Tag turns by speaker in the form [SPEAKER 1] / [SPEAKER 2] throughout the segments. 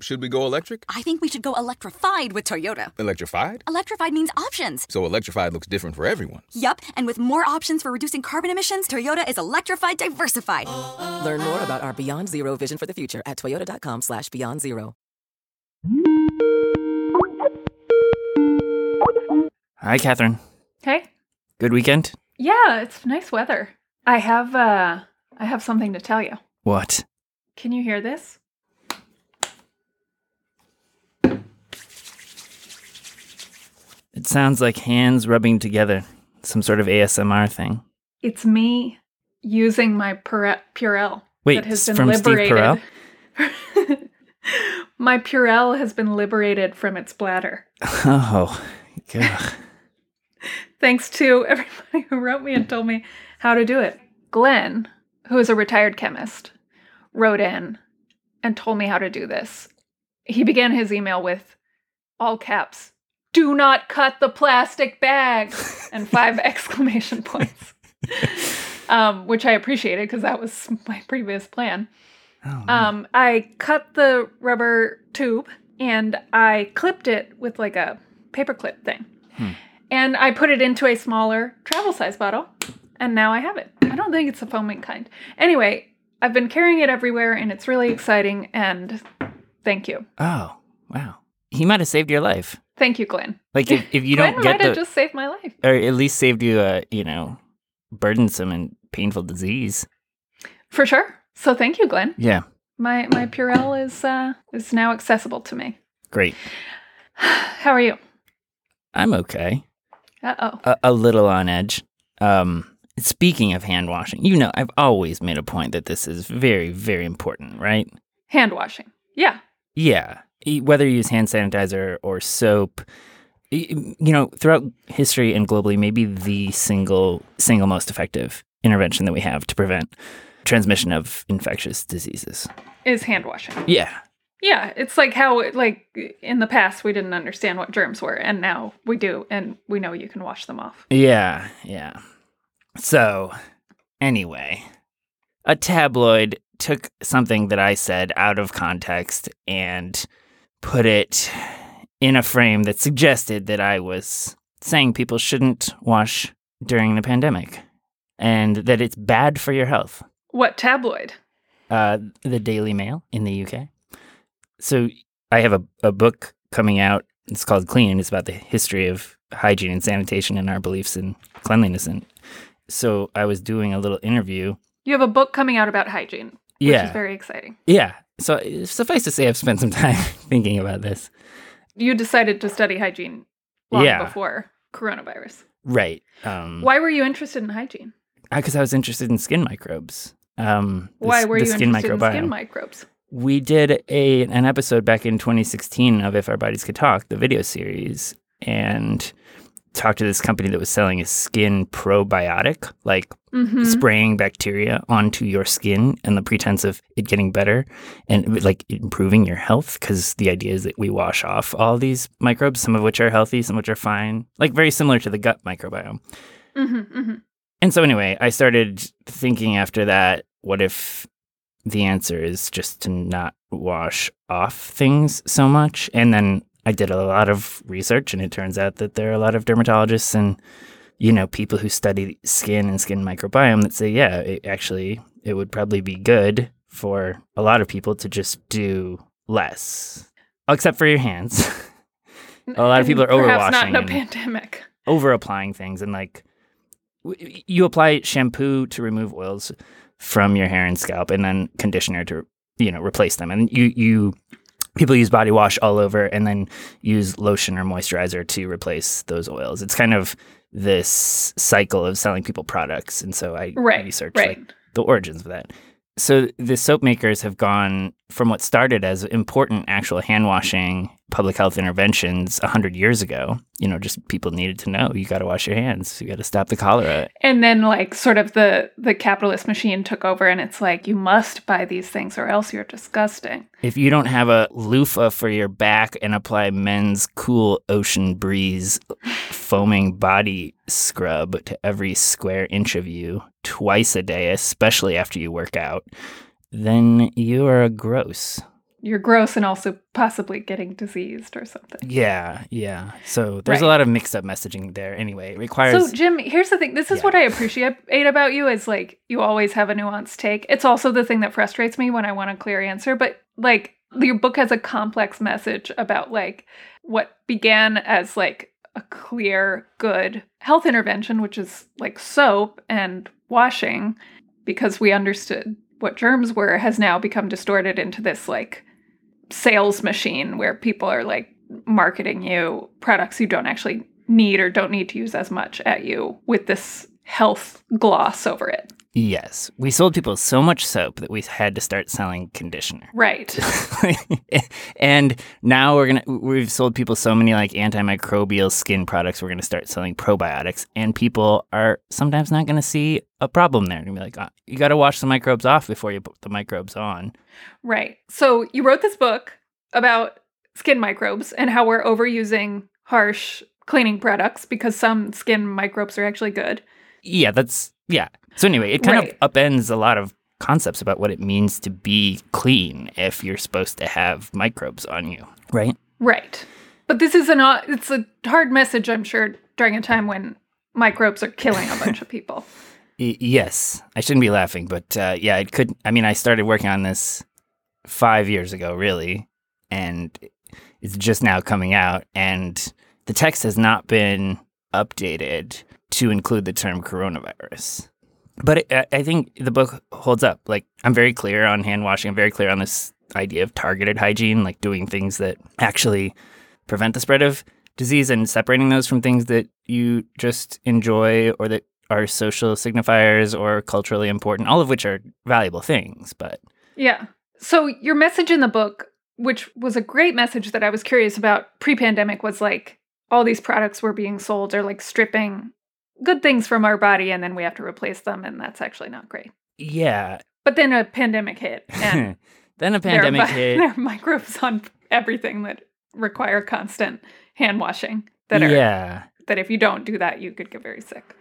[SPEAKER 1] Should we go electric?
[SPEAKER 2] I think we should go electrified with Toyota.
[SPEAKER 1] Electrified?
[SPEAKER 2] Electrified means options.
[SPEAKER 1] So electrified looks different for everyone.
[SPEAKER 2] Yup, and with more options for reducing carbon emissions, Toyota is electrified diversified.
[SPEAKER 3] Learn more about our Beyond Zero vision for the future at toyota.com slash beyond zero.
[SPEAKER 4] Hi, Catherine.
[SPEAKER 5] Hey.
[SPEAKER 4] Good weekend?
[SPEAKER 5] Yeah, it's nice weather. I have uh I have something to tell you.
[SPEAKER 4] What?
[SPEAKER 5] Can you hear this?
[SPEAKER 4] It sounds like hands rubbing together. Some sort of ASMR thing.
[SPEAKER 5] It's me using my Pure- Purell
[SPEAKER 4] Wait,
[SPEAKER 5] that has
[SPEAKER 4] it's
[SPEAKER 5] been
[SPEAKER 4] from Steve
[SPEAKER 5] liberated. my Purell has been liberated from its bladder.
[SPEAKER 4] Oh, God.
[SPEAKER 5] Thanks to everybody who wrote me and told me how to do it. Glenn, who is a retired chemist, wrote in and told me how to do this. He began his email with all caps, do not cut the plastic bag, and five exclamation points, um, which I appreciated because that was my previous plan.
[SPEAKER 4] Oh, no.
[SPEAKER 5] Um, I cut the rubber tube and I clipped it with like a paperclip thing.
[SPEAKER 4] Hmm.
[SPEAKER 5] And I put it into a smaller travel size bottle, and now I have it. I don't think it's the foaming kind. Anyway, I've been carrying it everywhere, and it's really exciting. And thank you,
[SPEAKER 4] oh, wow. He might have saved your life.
[SPEAKER 5] thank you, Glenn.
[SPEAKER 4] Like, if, if you don't
[SPEAKER 5] Glenn
[SPEAKER 4] get
[SPEAKER 5] might
[SPEAKER 4] the.
[SPEAKER 5] have just saved my life.
[SPEAKER 4] or at least saved you a, you know, burdensome and painful disease.
[SPEAKER 5] For sure. So thank you, Glenn.
[SPEAKER 4] Yeah,
[SPEAKER 5] My my Purell is uh, is now accessible to me.
[SPEAKER 4] great.
[SPEAKER 5] How are you?
[SPEAKER 4] I'm okay.
[SPEAKER 5] Uh oh.
[SPEAKER 4] A, a little on edge. Um, speaking of hand washing, you know, I've always made a point that this is very, very important, right?
[SPEAKER 5] Hand washing. Yeah.
[SPEAKER 4] Yeah. E- Whether you use hand sanitizer or soap, y- you know, throughout history and globally, maybe the single single most effective intervention that we have to prevent transmission of infectious diseases.
[SPEAKER 5] Is hand washing.
[SPEAKER 4] Yeah.
[SPEAKER 5] Yeah, it's like how it- like in the past we didn't understand what germs were and now we do and we know you can wash them off.
[SPEAKER 4] Yeah, yeah. So, anyway, a tabloid took something that I said out of context and put it in a frame that suggested that I was saying people shouldn't wash during the pandemic and that it's bad for your health.
[SPEAKER 5] What tabloid?
[SPEAKER 4] Uh, the Daily Mail in the UK. So, I have a, a book coming out. It's called Clean. It's about the history of hygiene and sanitation and our beliefs in cleanliness. And so I was doing a little interview.
[SPEAKER 5] You have a book coming out about hygiene, which
[SPEAKER 4] Yeah.
[SPEAKER 5] is very exciting.
[SPEAKER 4] yeah. So uh, suffice to say, I've spent some time thinking about this.
[SPEAKER 5] You decided to study hygiene long
[SPEAKER 4] Yeah.
[SPEAKER 5] before coronavirus.
[SPEAKER 4] Right. Um,
[SPEAKER 5] Why were you interested in hygiene?
[SPEAKER 4] Because I was interested in skin microbes. Um, the
[SPEAKER 5] Why
[SPEAKER 4] s-
[SPEAKER 5] were
[SPEAKER 4] the
[SPEAKER 5] you
[SPEAKER 4] skin
[SPEAKER 5] interested in
[SPEAKER 4] microbiome.
[SPEAKER 5] skin microbes?
[SPEAKER 4] we did a an episode back in 2016 of If Our Bodies Could Talk, the video series, and talked to this company that was selling a skin probiotic, like
[SPEAKER 5] hmm
[SPEAKER 4] spraying bacteria onto your skin and the pretense of it getting better and like improving your health because the idea is that we wash off all these microbes some of which are healthy some which are fine like very similar to the gut microbiome
[SPEAKER 5] hmm hmm
[SPEAKER 4] and so anyway i started thinking after that what if the answer is just to not wash off things so much and then i did a lot of research and it turns out that there are a lot of dermatologists and you know, people who study skin and skin microbiome that say, yeah, it actually, it would probably be good for a lot of people to just do less, except for your hands, A lot of people are
[SPEAKER 5] Perhaps not in a
[SPEAKER 4] overwashing and-
[SPEAKER 5] pandemic.
[SPEAKER 4] over applying things. And like, w- you apply shampoo to remove oils from your hair and scalp and then conditioner to, you know, replace them. And you, you, people use body wash all over and then use lotion or moisturizer to replace those oils. It's kind of, this cycle of selling people products and so i
[SPEAKER 5] Right.
[SPEAKER 4] researched like,
[SPEAKER 5] right.
[SPEAKER 4] the origins of that. So the soap makers have gone from what started as important actual hand washing public health interventions 100 years ago. You know, just people needed to know you got to wash your hands, you got to stop the cholera.
[SPEAKER 5] and then like sort of the the capitalist machine took over and it's like you must buy these things or else you're disgusting
[SPEAKER 4] If you don't have a loofah for your back and apply men's cool ocean breeze foaming body scrub to every square inch of you twice a day, especially after you work out, then you are gross.
[SPEAKER 5] you're gross and also possibly getting diseased or something.
[SPEAKER 4] Yeah, yeah. So there's a
[SPEAKER 5] Right.
[SPEAKER 4] lot of mixed up messaging there. Anyway, it requires
[SPEAKER 5] So Jim, here's the thing. This is
[SPEAKER 4] Yeah.
[SPEAKER 5] what I appreciate about you is like you always have a nuanced take. It's also the thing that frustrates me when I want a clear answer, but like your book has a complex message about like what began as like a clear good health intervention, which is like soap and washing because we understood what germs were has now become distorted into this like sales machine where people are like marketing you products you don't actually need or don't need to use as much at you with this health gloss over it.
[SPEAKER 4] yes. We sold people so much soap that we had to start selling conditioner.
[SPEAKER 5] Right.
[SPEAKER 4] and now we're gonna we've sold people so many like antimicrobial skin products we're gonna start selling probiotics and people are sometimes not gonna see a problem there and be like "Ah, you gotta wash the microbes off before you put the microbes on
[SPEAKER 5] Right. So you wrote this book about skin microbes and how we're overusing harsh cleaning products because some skin microbes are actually good.
[SPEAKER 4] yeah that's yeah so anyway it kind
[SPEAKER 5] Right.
[SPEAKER 4] of upends a lot of concepts about what it means to be clean if you're supposed to have microbes on you right
[SPEAKER 5] Right. But this is an o- it's a hard message I'm sure during a time when microbes are killing a bunch of people.
[SPEAKER 4] Y- yes, I shouldn't be laughing, but uh, yeah, it could. I mean, I started working on this five years ago, really, and it's just now coming out. And the text has not been updated to include the term coronavirus. But it, I- I think the book holds up. Like, I'm very clear on hand washing. I'm very clear on this idea of targeted hygiene, like doing things that actually prevent the spread of disease and separating those from things that you just enjoy or that are social signifiers or culturally important, all of which are valuable things. But
[SPEAKER 5] Yeah. So your message in the book, which was a great message that I was curious about pre-pandemic, was like all these products were being sold are like stripping good things from our body and then we have to replace them and that's actually not great.
[SPEAKER 4] yeah,
[SPEAKER 5] But then a pandemic hit and
[SPEAKER 4] then a
[SPEAKER 5] there are
[SPEAKER 4] pandemic
[SPEAKER 5] mi-
[SPEAKER 4] hit.
[SPEAKER 5] there are microbes on everything that require constant hand washing that are
[SPEAKER 4] yeah,
[SPEAKER 5] that if you don't do that you could get very sick.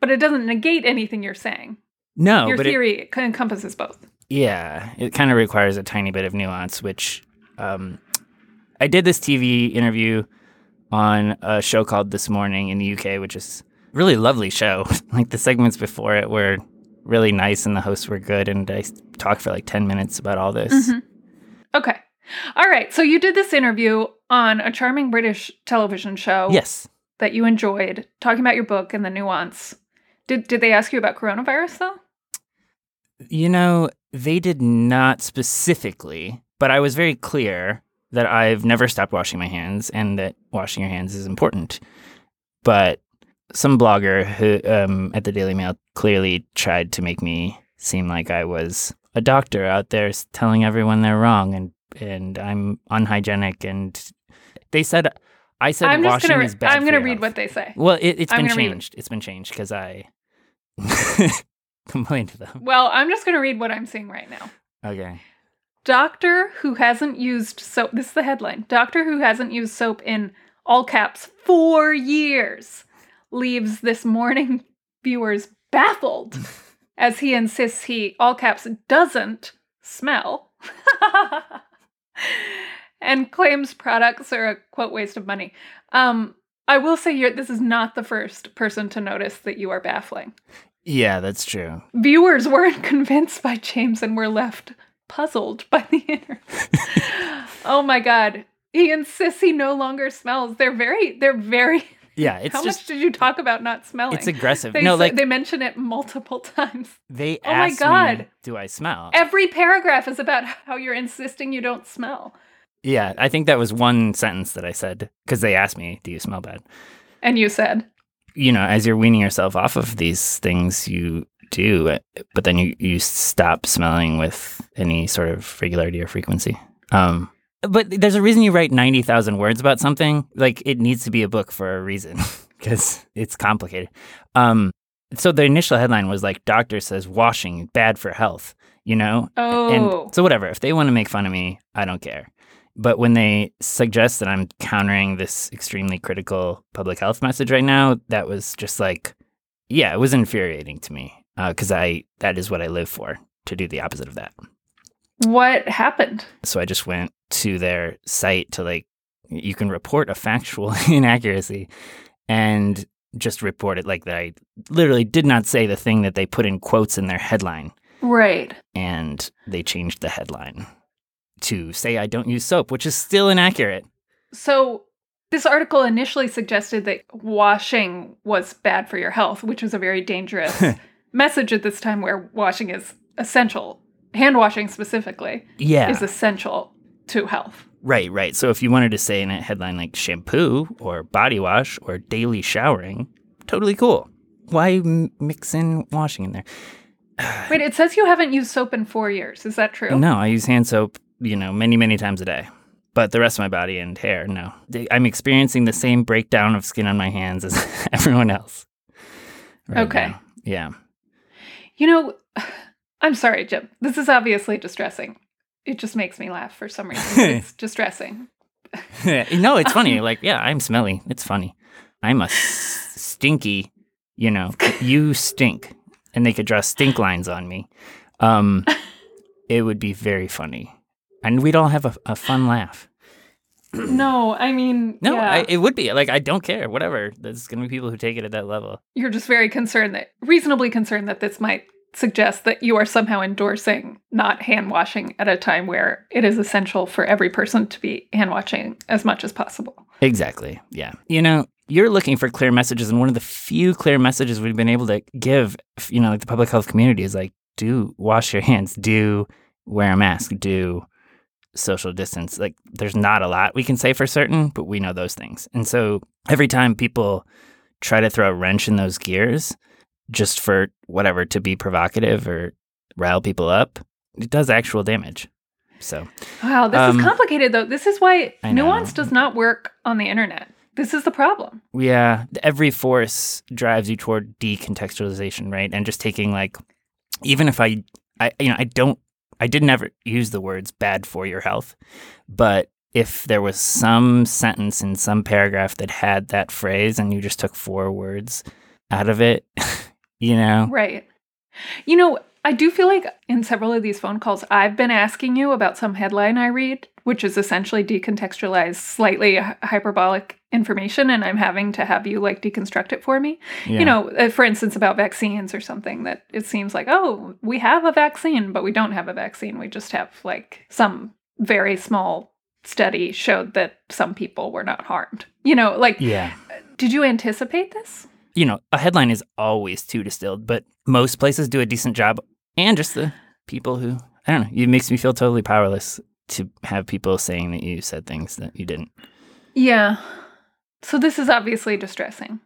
[SPEAKER 5] But it doesn't negate anything you're saying.
[SPEAKER 4] no,
[SPEAKER 5] your
[SPEAKER 4] but it-
[SPEAKER 5] theory encompasses both.
[SPEAKER 4] Yeah, it kind of requires a tiny bit of nuance, which um, I did this TV interview on a show called This Morning in the UK, which is a really lovely show. like the segments before it were really nice and the hosts were good, and I s- talked for like 10 minutes about all this.
[SPEAKER 5] Mhm. Okay. All right. So you did this interview on a charming British television show
[SPEAKER 4] Yes.
[SPEAKER 5] that you enjoyed, talking about your book and the nuance. Did did they ask you about coronavirus though?
[SPEAKER 4] You know, they did not specifically, but I was very clear that I've never stopped washing my hands and that washing your hands is important. But some blogger who um, at the Daily Mail clearly tried to make me seem like I was a doctor out there s- telling everyone they're wrong and and I'm unhygienic and they said I said
[SPEAKER 5] I'm just
[SPEAKER 4] washing
[SPEAKER 5] gonna re-
[SPEAKER 4] is bad.
[SPEAKER 5] I'm
[SPEAKER 4] for
[SPEAKER 5] gonna
[SPEAKER 4] your
[SPEAKER 5] read
[SPEAKER 4] health.
[SPEAKER 5] what they say.
[SPEAKER 4] Well, it, it's
[SPEAKER 5] I'm
[SPEAKER 4] been
[SPEAKER 5] gonna read-
[SPEAKER 4] changed. It's been changed because I complained to them.
[SPEAKER 5] Well, I'm just gonna read what I'm seeing right now.
[SPEAKER 4] Okay.
[SPEAKER 5] Doctor who hasn't used soap. This is the headline. Doctor who hasn't used soap in all caps four years leaves this morning viewers baffled as he insists he, all caps, doesn't smell and claims products are a quote waste of money. Um, I will say you're, this is not the first person to notice that you are baffling.
[SPEAKER 4] Yeah, that's true.
[SPEAKER 5] Viewers weren't convinced by James and were left puzzled by the interview. oh my god. He insists he no longer smells. They're very they're very
[SPEAKER 4] Yeah, it's
[SPEAKER 5] how
[SPEAKER 4] just
[SPEAKER 5] much did you talk about not smelling?
[SPEAKER 4] it's aggressive.
[SPEAKER 5] they,
[SPEAKER 4] no,
[SPEAKER 5] s-
[SPEAKER 4] like
[SPEAKER 5] they
[SPEAKER 4] they,
[SPEAKER 5] mention it multiple times. oh my
[SPEAKER 4] asked me,
[SPEAKER 5] God.
[SPEAKER 4] "Do I smell?"
[SPEAKER 5] Every paragraph is about how you're insisting you don't smell.
[SPEAKER 4] yeah, I think that was one sentence that I said because they asked me, "Do you smell bad?"
[SPEAKER 5] And you said,
[SPEAKER 4] You know, as you're weaning yourself off of these things, you do, uh, but then you you stop smelling with any sort of regularity or frequency. Um, but there's a reason you write ninety thousand words about something. Like it needs to be a book for a reason because it's complicated. Um, so the initial headline was like, "Doctor says washing bad for health." You know,
[SPEAKER 5] "Oh,
[SPEAKER 4] And so whatever, if they want to make fun of me, I don't care. But when they suggest that I'm countering this extremely critical public health message right now, that was just like, yeah, it uh, was infuriating to me because I that is what I live for to do the opposite of that.
[SPEAKER 5] What happened?
[SPEAKER 4] So I just went to their site to like, you can report a factual inaccuracy and just report it like that. I literally did not say the thing that they put in quotes in their headline.
[SPEAKER 5] Right.
[SPEAKER 4] And they changed the headline to say I don't use soap, which is still inaccurate.
[SPEAKER 5] So, this article initially suggested that washing was bad for your health, which was a very dangerous message at this time where washing is essential. Hand washing specifically
[SPEAKER 4] Yeah.
[SPEAKER 5] is essential to health.
[SPEAKER 4] Right, right. So if you wanted to say in a headline like shampoo or body wash or daily showering, totally cool. Why m- mix in washing in there?
[SPEAKER 5] Wait, it says you haven't used soap in four years. Is that true?
[SPEAKER 4] No, I use hand soap, you know, many, many times a day. But the rest of my body and hair, no. They- I'm experiencing the same breakdown of skin on my hands as everyone else. right
[SPEAKER 5] Okay.
[SPEAKER 4] now. Yeah.
[SPEAKER 5] You know, I'm sorry, Jim. This is obviously distressing. It just makes me laugh for some reason. it's distressing.
[SPEAKER 4] no, it's funny. Like, yeah, I'm smelly. It's funny. I'm a s- stinky, you know, you stink. And they could draw stink lines on me. Um, it would be very funny. And we'd all have a, a fun laugh.
[SPEAKER 5] No, I mean,
[SPEAKER 4] No,
[SPEAKER 5] yeah,
[SPEAKER 4] I, it would be. Like, I don't care. Whatever. There's going to be people who take it at that level.
[SPEAKER 5] you're just very concerned that, reasonably concerned that this might suggest that you are somehow endorsing not hand washing at a time where it is essential for every person to be hand washing as much as possible.
[SPEAKER 4] Exactly. Yeah. You know, you're looking for clear messages. And one of the few clear messages we've been able to give, you know, like the public health community is like, do wash your hands, do wear a mask, do social distance. Like, there's not a lot we can say for certain, but we know those things. And so every time people try to throw a wrench in those gears just for whatever to be provocative or rile people up, it does actual damage. So,
[SPEAKER 5] Wow, this
[SPEAKER 4] Um,
[SPEAKER 5] is complicated though. This is why
[SPEAKER 4] I know.
[SPEAKER 5] nuance does not work on the internet. This is the problem.
[SPEAKER 4] Yeah, every force drives you toward decontextualization, right? And just taking like, even if I, I you know, I don't, I did never use the words "bad for your health," but if there was some sentence in some paragraph that had that phrase, and you just took four words out of it, you know,
[SPEAKER 5] Right. You know, I do feel like in several of these phone calls, I've been asking you about some headline I read, which is essentially decontextualized, slightly hy- hyperbolic information, and I'm having to have you like deconstruct it for me.
[SPEAKER 4] Yeah.
[SPEAKER 5] You know, uh, for instance, about vaccines or something that it seems like, oh, we have a vaccine, but we don't have a vaccine. We just have like some very small study showed that some people were not harmed. You know, like,
[SPEAKER 4] yeah.
[SPEAKER 5] did you anticipate this?
[SPEAKER 4] you know, a headline is always too distilled, but most places do a decent job. And just the people who, I don't know, it makes me feel totally powerless to have people saying that you said things that you didn't.
[SPEAKER 5] Yeah. So this is obviously distressing.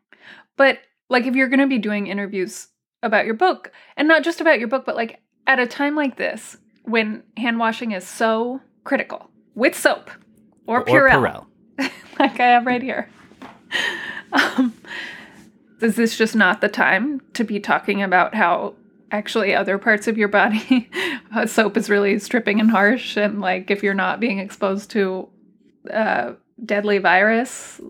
[SPEAKER 5] But like if you're going to be doing interviews about your book and not just about your book but like at a time like this when hand washing is so critical with soap or, Purell, like I have right here. um, is this just not the time to be talking about how actually other parts of your body how soap is really stripping and harsh and like if you're not being exposed to uh, deadly virus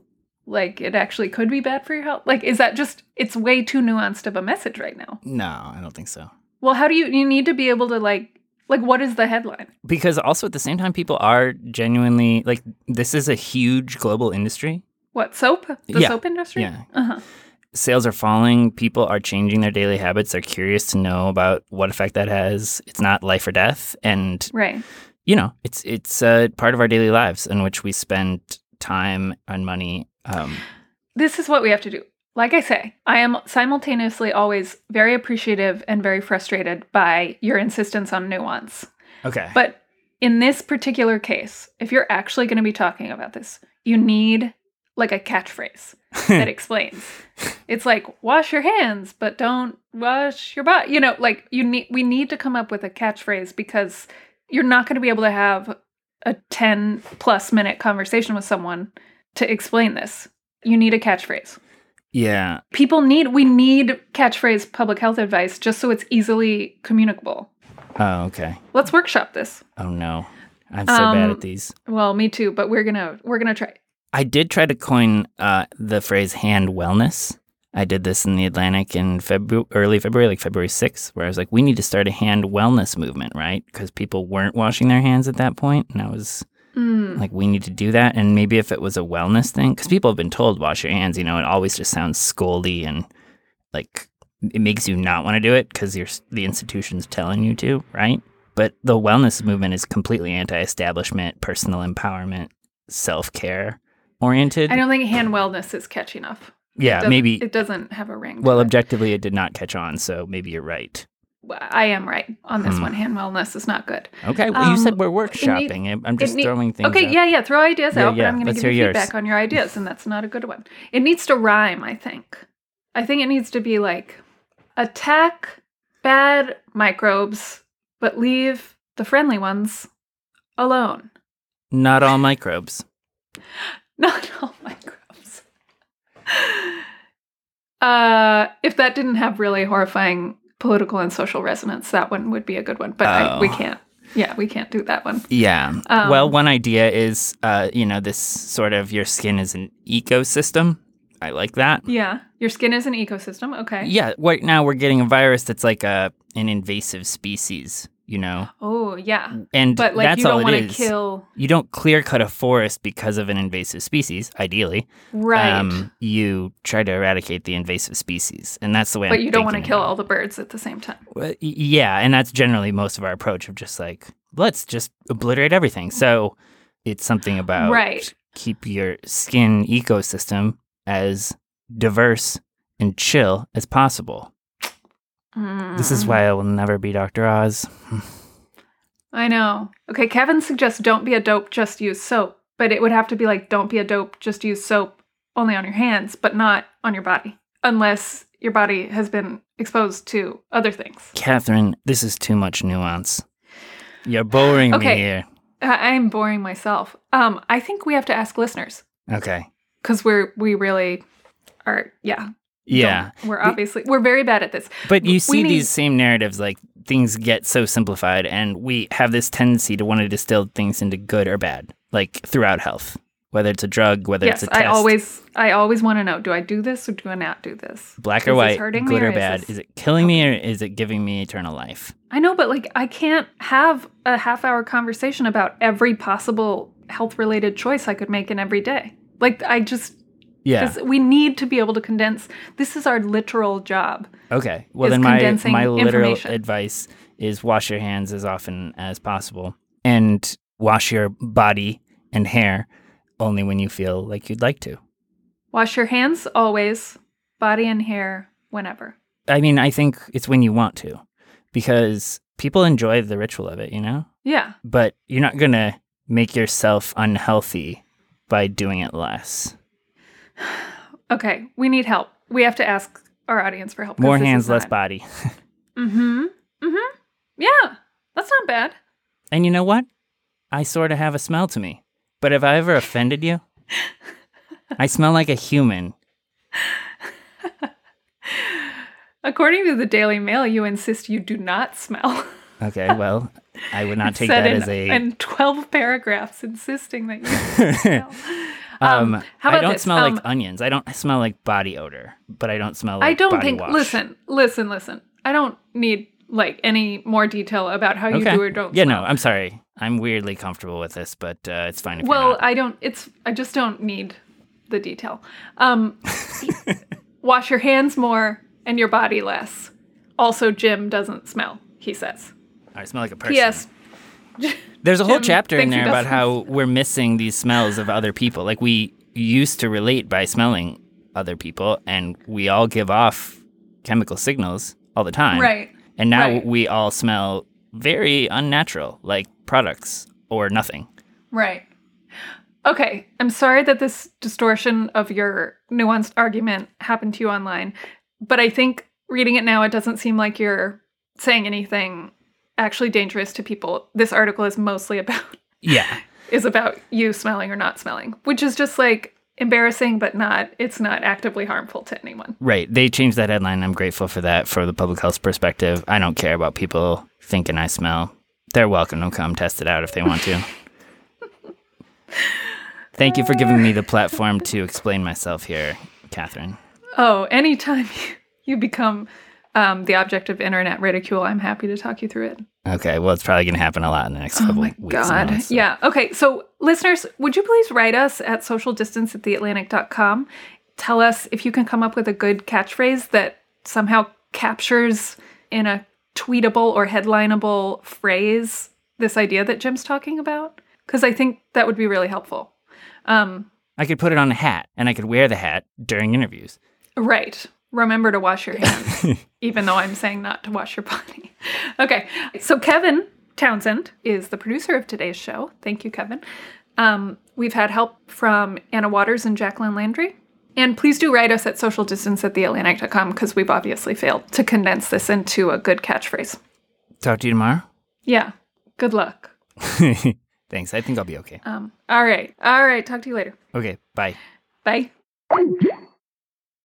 [SPEAKER 5] like it actually could be bad for your health like is that just it's way too nuanced of a message right now
[SPEAKER 4] No, I don't think so.
[SPEAKER 5] well how do you you need to be able to like like what is the headline
[SPEAKER 4] Because also at the same time, people are genuinely like, this is a huge global industry.
[SPEAKER 5] what soap the
[SPEAKER 4] Yeah.
[SPEAKER 5] soap industry
[SPEAKER 4] Yeah.
[SPEAKER 5] uh-huh.
[SPEAKER 4] Sales are falling. People are changing their daily habits. They're curious to know about what effect that has. It's not life or death. And
[SPEAKER 5] right
[SPEAKER 4] you know, it's it's uh, part of our daily lives in which we spend time and money. Um,
[SPEAKER 5] this is what we have to do. Like I say, I am simultaneously always very appreciative and very frustrated by your insistence on nuance.
[SPEAKER 4] okay,
[SPEAKER 5] But in this particular case, if you're actually going to be talking about this, you need like a catchphrase that explains. It's like wash your hands, but don't wash your butt. You know, like you need we need to come up with a catchphrase because you're not going to be able to have a 10 plus minute conversation with someone to explain this. You need a catchphrase
[SPEAKER 4] yeah,
[SPEAKER 5] people need we need catchphrase public health advice just so it's easily communicable
[SPEAKER 4] oh okay,
[SPEAKER 5] let's workshop this
[SPEAKER 4] oh no, I'm so bad
[SPEAKER 5] Um,
[SPEAKER 4] at these.
[SPEAKER 5] well me too but we're gonna we're gonna try
[SPEAKER 4] I did try to coin uh, the phrase hand wellness, I did this in the Atlantic in February, early February, like February 6th, where I was like, we need to start a hand wellness movement, right? Because people weren't washing their hands at that point, And I was
[SPEAKER 5] Mm.
[SPEAKER 4] like, we need to do that. And maybe if it was a wellness thing, because people have been told, wash your hands, you know, it always just sounds scoldy and like it makes you not want to do it because you're, s- the institution's telling you to, right? But the wellness movement is completely anti establishment, personal empowerment, self care oriented.
[SPEAKER 5] I don't think hand wellness is catchy enough.
[SPEAKER 4] Yeah,
[SPEAKER 5] Doesn't-
[SPEAKER 4] maybe.
[SPEAKER 5] it doesn't have a ring. to
[SPEAKER 4] Well,
[SPEAKER 5] it.
[SPEAKER 4] objectively, it did not catch on, so maybe you're right.
[SPEAKER 5] I am right on this
[SPEAKER 4] Hmm.
[SPEAKER 5] one. Hand wellness is not good.
[SPEAKER 4] Okay, well, you
[SPEAKER 5] Um,
[SPEAKER 4] said we're
[SPEAKER 5] it
[SPEAKER 4] workshopping. I'm- I'm just
[SPEAKER 5] need-
[SPEAKER 4] throwing things.
[SPEAKER 5] okay,
[SPEAKER 4] out.
[SPEAKER 5] yeah, yeah. Throw ideas
[SPEAKER 4] Yeah,
[SPEAKER 5] out,
[SPEAKER 4] yeah,
[SPEAKER 5] but I'm going to
[SPEAKER 4] let's
[SPEAKER 5] give
[SPEAKER 4] hear
[SPEAKER 5] you
[SPEAKER 4] yours.
[SPEAKER 5] feedback on your ideas, and that's not a good one. It needs to rhyme, I think. I think it needs to be like attack bad microbes, but leave the friendly ones alone.
[SPEAKER 4] Not all microbes.
[SPEAKER 5] Not all microbes. Uh, if that didn't have really horrifying political and social resonance, that one would be a good one. But I, we
[SPEAKER 4] Oh.
[SPEAKER 5] can't. Yeah, we can't do that one.
[SPEAKER 4] Yeah.
[SPEAKER 5] Um,
[SPEAKER 4] well, one idea is, uh, you know, this sort of your skin is an ecosystem. I like that.
[SPEAKER 5] Yeah, your skin is an ecosystem. Okay.
[SPEAKER 4] Yeah. Right now, we're getting a virus that's like a an invasive species. You know,
[SPEAKER 5] Oh yeah,
[SPEAKER 4] and
[SPEAKER 5] but like
[SPEAKER 4] that's
[SPEAKER 5] you don't
[SPEAKER 4] all
[SPEAKER 5] want
[SPEAKER 4] it
[SPEAKER 5] to
[SPEAKER 4] is.
[SPEAKER 5] kill
[SPEAKER 4] You don't clear cut a forest because of an invasive species, ideally.
[SPEAKER 5] right,
[SPEAKER 4] Um, you try to eradicate the invasive species, and that's the way. I'm
[SPEAKER 5] but you don't want to
[SPEAKER 4] thinking
[SPEAKER 5] kill
[SPEAKER 4] about it.
[SPEAKER 5] all the birds at the same time.
[SPEAKER 4] Well, y- yeah, and that's generally most of our approach of just like let's just obliterate everything. So it's something about
[SPEAKER 5] Right.
[SPEAKER 4] keep your skin ecosystem as diverse and chill as possible. This is
[SPEAKER 5] Mm.
[SPEAKER 4] why I will never be Dr. Oz.
[SPEAKER 5] I know. Okay, Kevin suggests don't be a dope, just use soap. But it would have to be like don't be a dope, just use soap only on your hands, but not on your body, unless your body has been exposed to other things.
[SPEAKER 4] Catherine, this is too much nuance. You're boring
[SPEAKER 5] Okay.
[SPEAKER 4] me here.
[SPEAKER 5] I- I'm boring myself. Um, I think we have to ask listeners
[SPEAKER 4] Okay.
[SPEAKER 5] because we're we really are. Yeah,
[SPEAKER 4] Yeah.
[SPEAKER 5] don't- we're obviously we're very bad at this.
[SPEAKER 4] But
[SPEAKER 5] We
[SPEAKER 4] you see
[SPEAKER 5] need-
[SPEAKER 4] these same narratives, like things get so simplified, and we have this tendency to want to distill things into good or bad, like throughout health, whether it's a drug, whether
[SPEAKER 5] yes,
[SPEAKER 4] it's a
[SPEAKER 5] I
[SPEAKER 4] test,
[SPEAKER 5] always I always want to know: do I do this or do I not do this?
[SPEAKER 4] black
[SPEAKER 5] is
[SPEAKER 4] or
[SPEAKER 5] this
[SPEAKER 4] white,
[SPEAKER 5] hurting me
[SPEAKER 4] good
[SPEAKER 5] or
[SPEAKER 4] or
[SPEAKER 5] is
[SPEAKER 4] bad.
[SPEAKER 5] this
[SPEAKER 4] Is it killing me or is it giving me eternal life?
[SPEAKER 5] I know, but like I can't have a half hour conversation about every possible health related choice I could make in every day. Like I just
[SPEAKER 4] Yeah.
[SPEAKER 5] 'cause we need to be able to condense. This is our literal job.
[SPEAKER 4] okay. Well,
[SPEAKER 5] is
[SPEAKER 4] then my
[SPEAKER 5] condensing
[SPEAKER 4] my literal
[SPEAKER 5] information.
[SPEAKER 4] advice is wash your hands as often as possible, and wash your body and hair only when you feel like you'd like to.
[SPEAKER 5] Wash your hands always, body and hair whenever.
[SPEAKER 4] I mean, I think it's when you want to, because people enjoy the ritual of it, you know?
[SPEAKER 5] Yeah.
[SPEAKER 4] But you're not going to make yourself unhealthy by doing it less.
[SPEAKER 5] Okay. We need help. We have to ask our audience for help.
[SPEAKER 4] More hands, less body.
[SPEAKER 5] Mm-hmm. Mm-hmm. Yeah. That's not bad.
[SPEAKER 4] And you know what? I sort of have a smell to me. But have I ever offended you? I smell like a human.
[SPEAKER 5] According to the Daily Mail, you insist you do not smell.
[SPEAKER 4] Okay, well, I would not take
[SPEAKER 5] said
[SPEAKER 4] that
[SPEAKER 5] in,
[SPEAKER 4] as a.
[SPEAKER 5] in 12 paragraphs insisting that you smell.
[SPEAKER 4] um,
[SPEAKER 5] how
[SPEAKER 4] I
[SPEAKER 5] about
[SPEAKER 4] don't
[SPEAKER 5] this?
[SPEAKER 4] smell
[SPEAKER 5] Um,
[SPEAKER 4] like onions. I don't smell like body odor, but I don't smell like
[SPEAKER 5] I don't
[SPEAKER 4] body
[SPEAKER 5] think
[SPEAKER 4] wash.
[SPEAKER 5] listen, listen, listen. I don't need like any more detail about how you do or don't
[SPEAKER 4] Yeah,
[SPEAKER 5] smell.
[SPEAKER 4] no, I'm sorry. I'm weirdly comfortable with this, but uh, it's fine. If you're
[SPEAKER 5] Well,
[SPEAKER 4] not.
[SPEAKER 5] I don't it's I just don't need the detail. Um wash your hands more and your body less. Also Jim doesn't smell, he says.
[SPEAKER 4] I smell like a person.
[SPEAKER 5] P.S.
[SPEAKER 4] There's a whole
[SPEAKER 5] Jim
[SPEAKER 4] chapter in
[SPEAKER 5] thinks he
[SPEAKER 4] there about
[SPEAKER 5] doesn't.
[SPEAKER 4] how we're missing these smells of other people. Like we used to relate by smelling other people, and we all give off chemical signals all the time.
[SPEAKER 5] Right.
[SPEAKER 4] And now
[SPEAKER 5] right.
[SPEAKER 4] we all smell very unnatural, like products or nothing.
[SPEAKER 5] Right. Okay. I'm sorry that this distortion of your nuanced argument happened to you online, but I think reading it now, it doesn't seem like you're saying anything actually dangerous to people. This article is mostly about
[SPEAKER 4] Yeah.
[SPEAKER 5] is about you smelling or not smelling, which is just like embarrassing, but not it's not actively harmful to anyone.
[SPEAKER 4] Right. They changed that headline. I'm grateful for that for the public health perspective. I don't care about people thinking I smell. They're welcome to come test it out if they want to. Thank you for giving me the platform to explain myself here, Catherine.
[SPEAKER 5] Oh, anytime you, you become um, the object of internet ridicule, I'm happy to talk you through it.
[SPEAKER 4] Okay, well, it's probably going to happen a lot in the next
[SPEAKER 5] Oh
[SPEAKER 4] couple
[SPEAKER 5] my
[SPEAKER 4] weeks. and
[SPEAKER 5] God.
[SPEAKER 4] months, so-
[SPEAKER 5] Yeah. Okay. So, listeners, would you please write us at socialdistancethattheatlantic.com? Tell us if you can come up with a good catchphrase that somehow captures in a tweetable or headlineable phrase this idea that Jim's talking about. Because I think that would be really helpful. Um,
[SPEAKER 4] I could put it on a hat and I could wear the hat during interviews.
[SPEAKER 5] Right. Remember to wash your hands, even though I'm saying not to wash your body. Okay. So, Kevin Townsend is the producer of today's show. Thank you, Kevin. Um, we've had help from Anna Waters and Jacqueline Landry. And please do write us at socialdistance at theatlantic.com because we've obviously failed to condense this into a good catchphrase.
[SPEAKER 4] Talk to you tomorrow.
[SPEAKER 5] Yeah. Good luck.
[SPEAKER 4] Thanks. I think I'll be okay.
[SPEAKER 5] Um, all right. All right. Talk to you later.
[SPEAKER 4] Okay, bye.
[SPEAKER 5] Bye.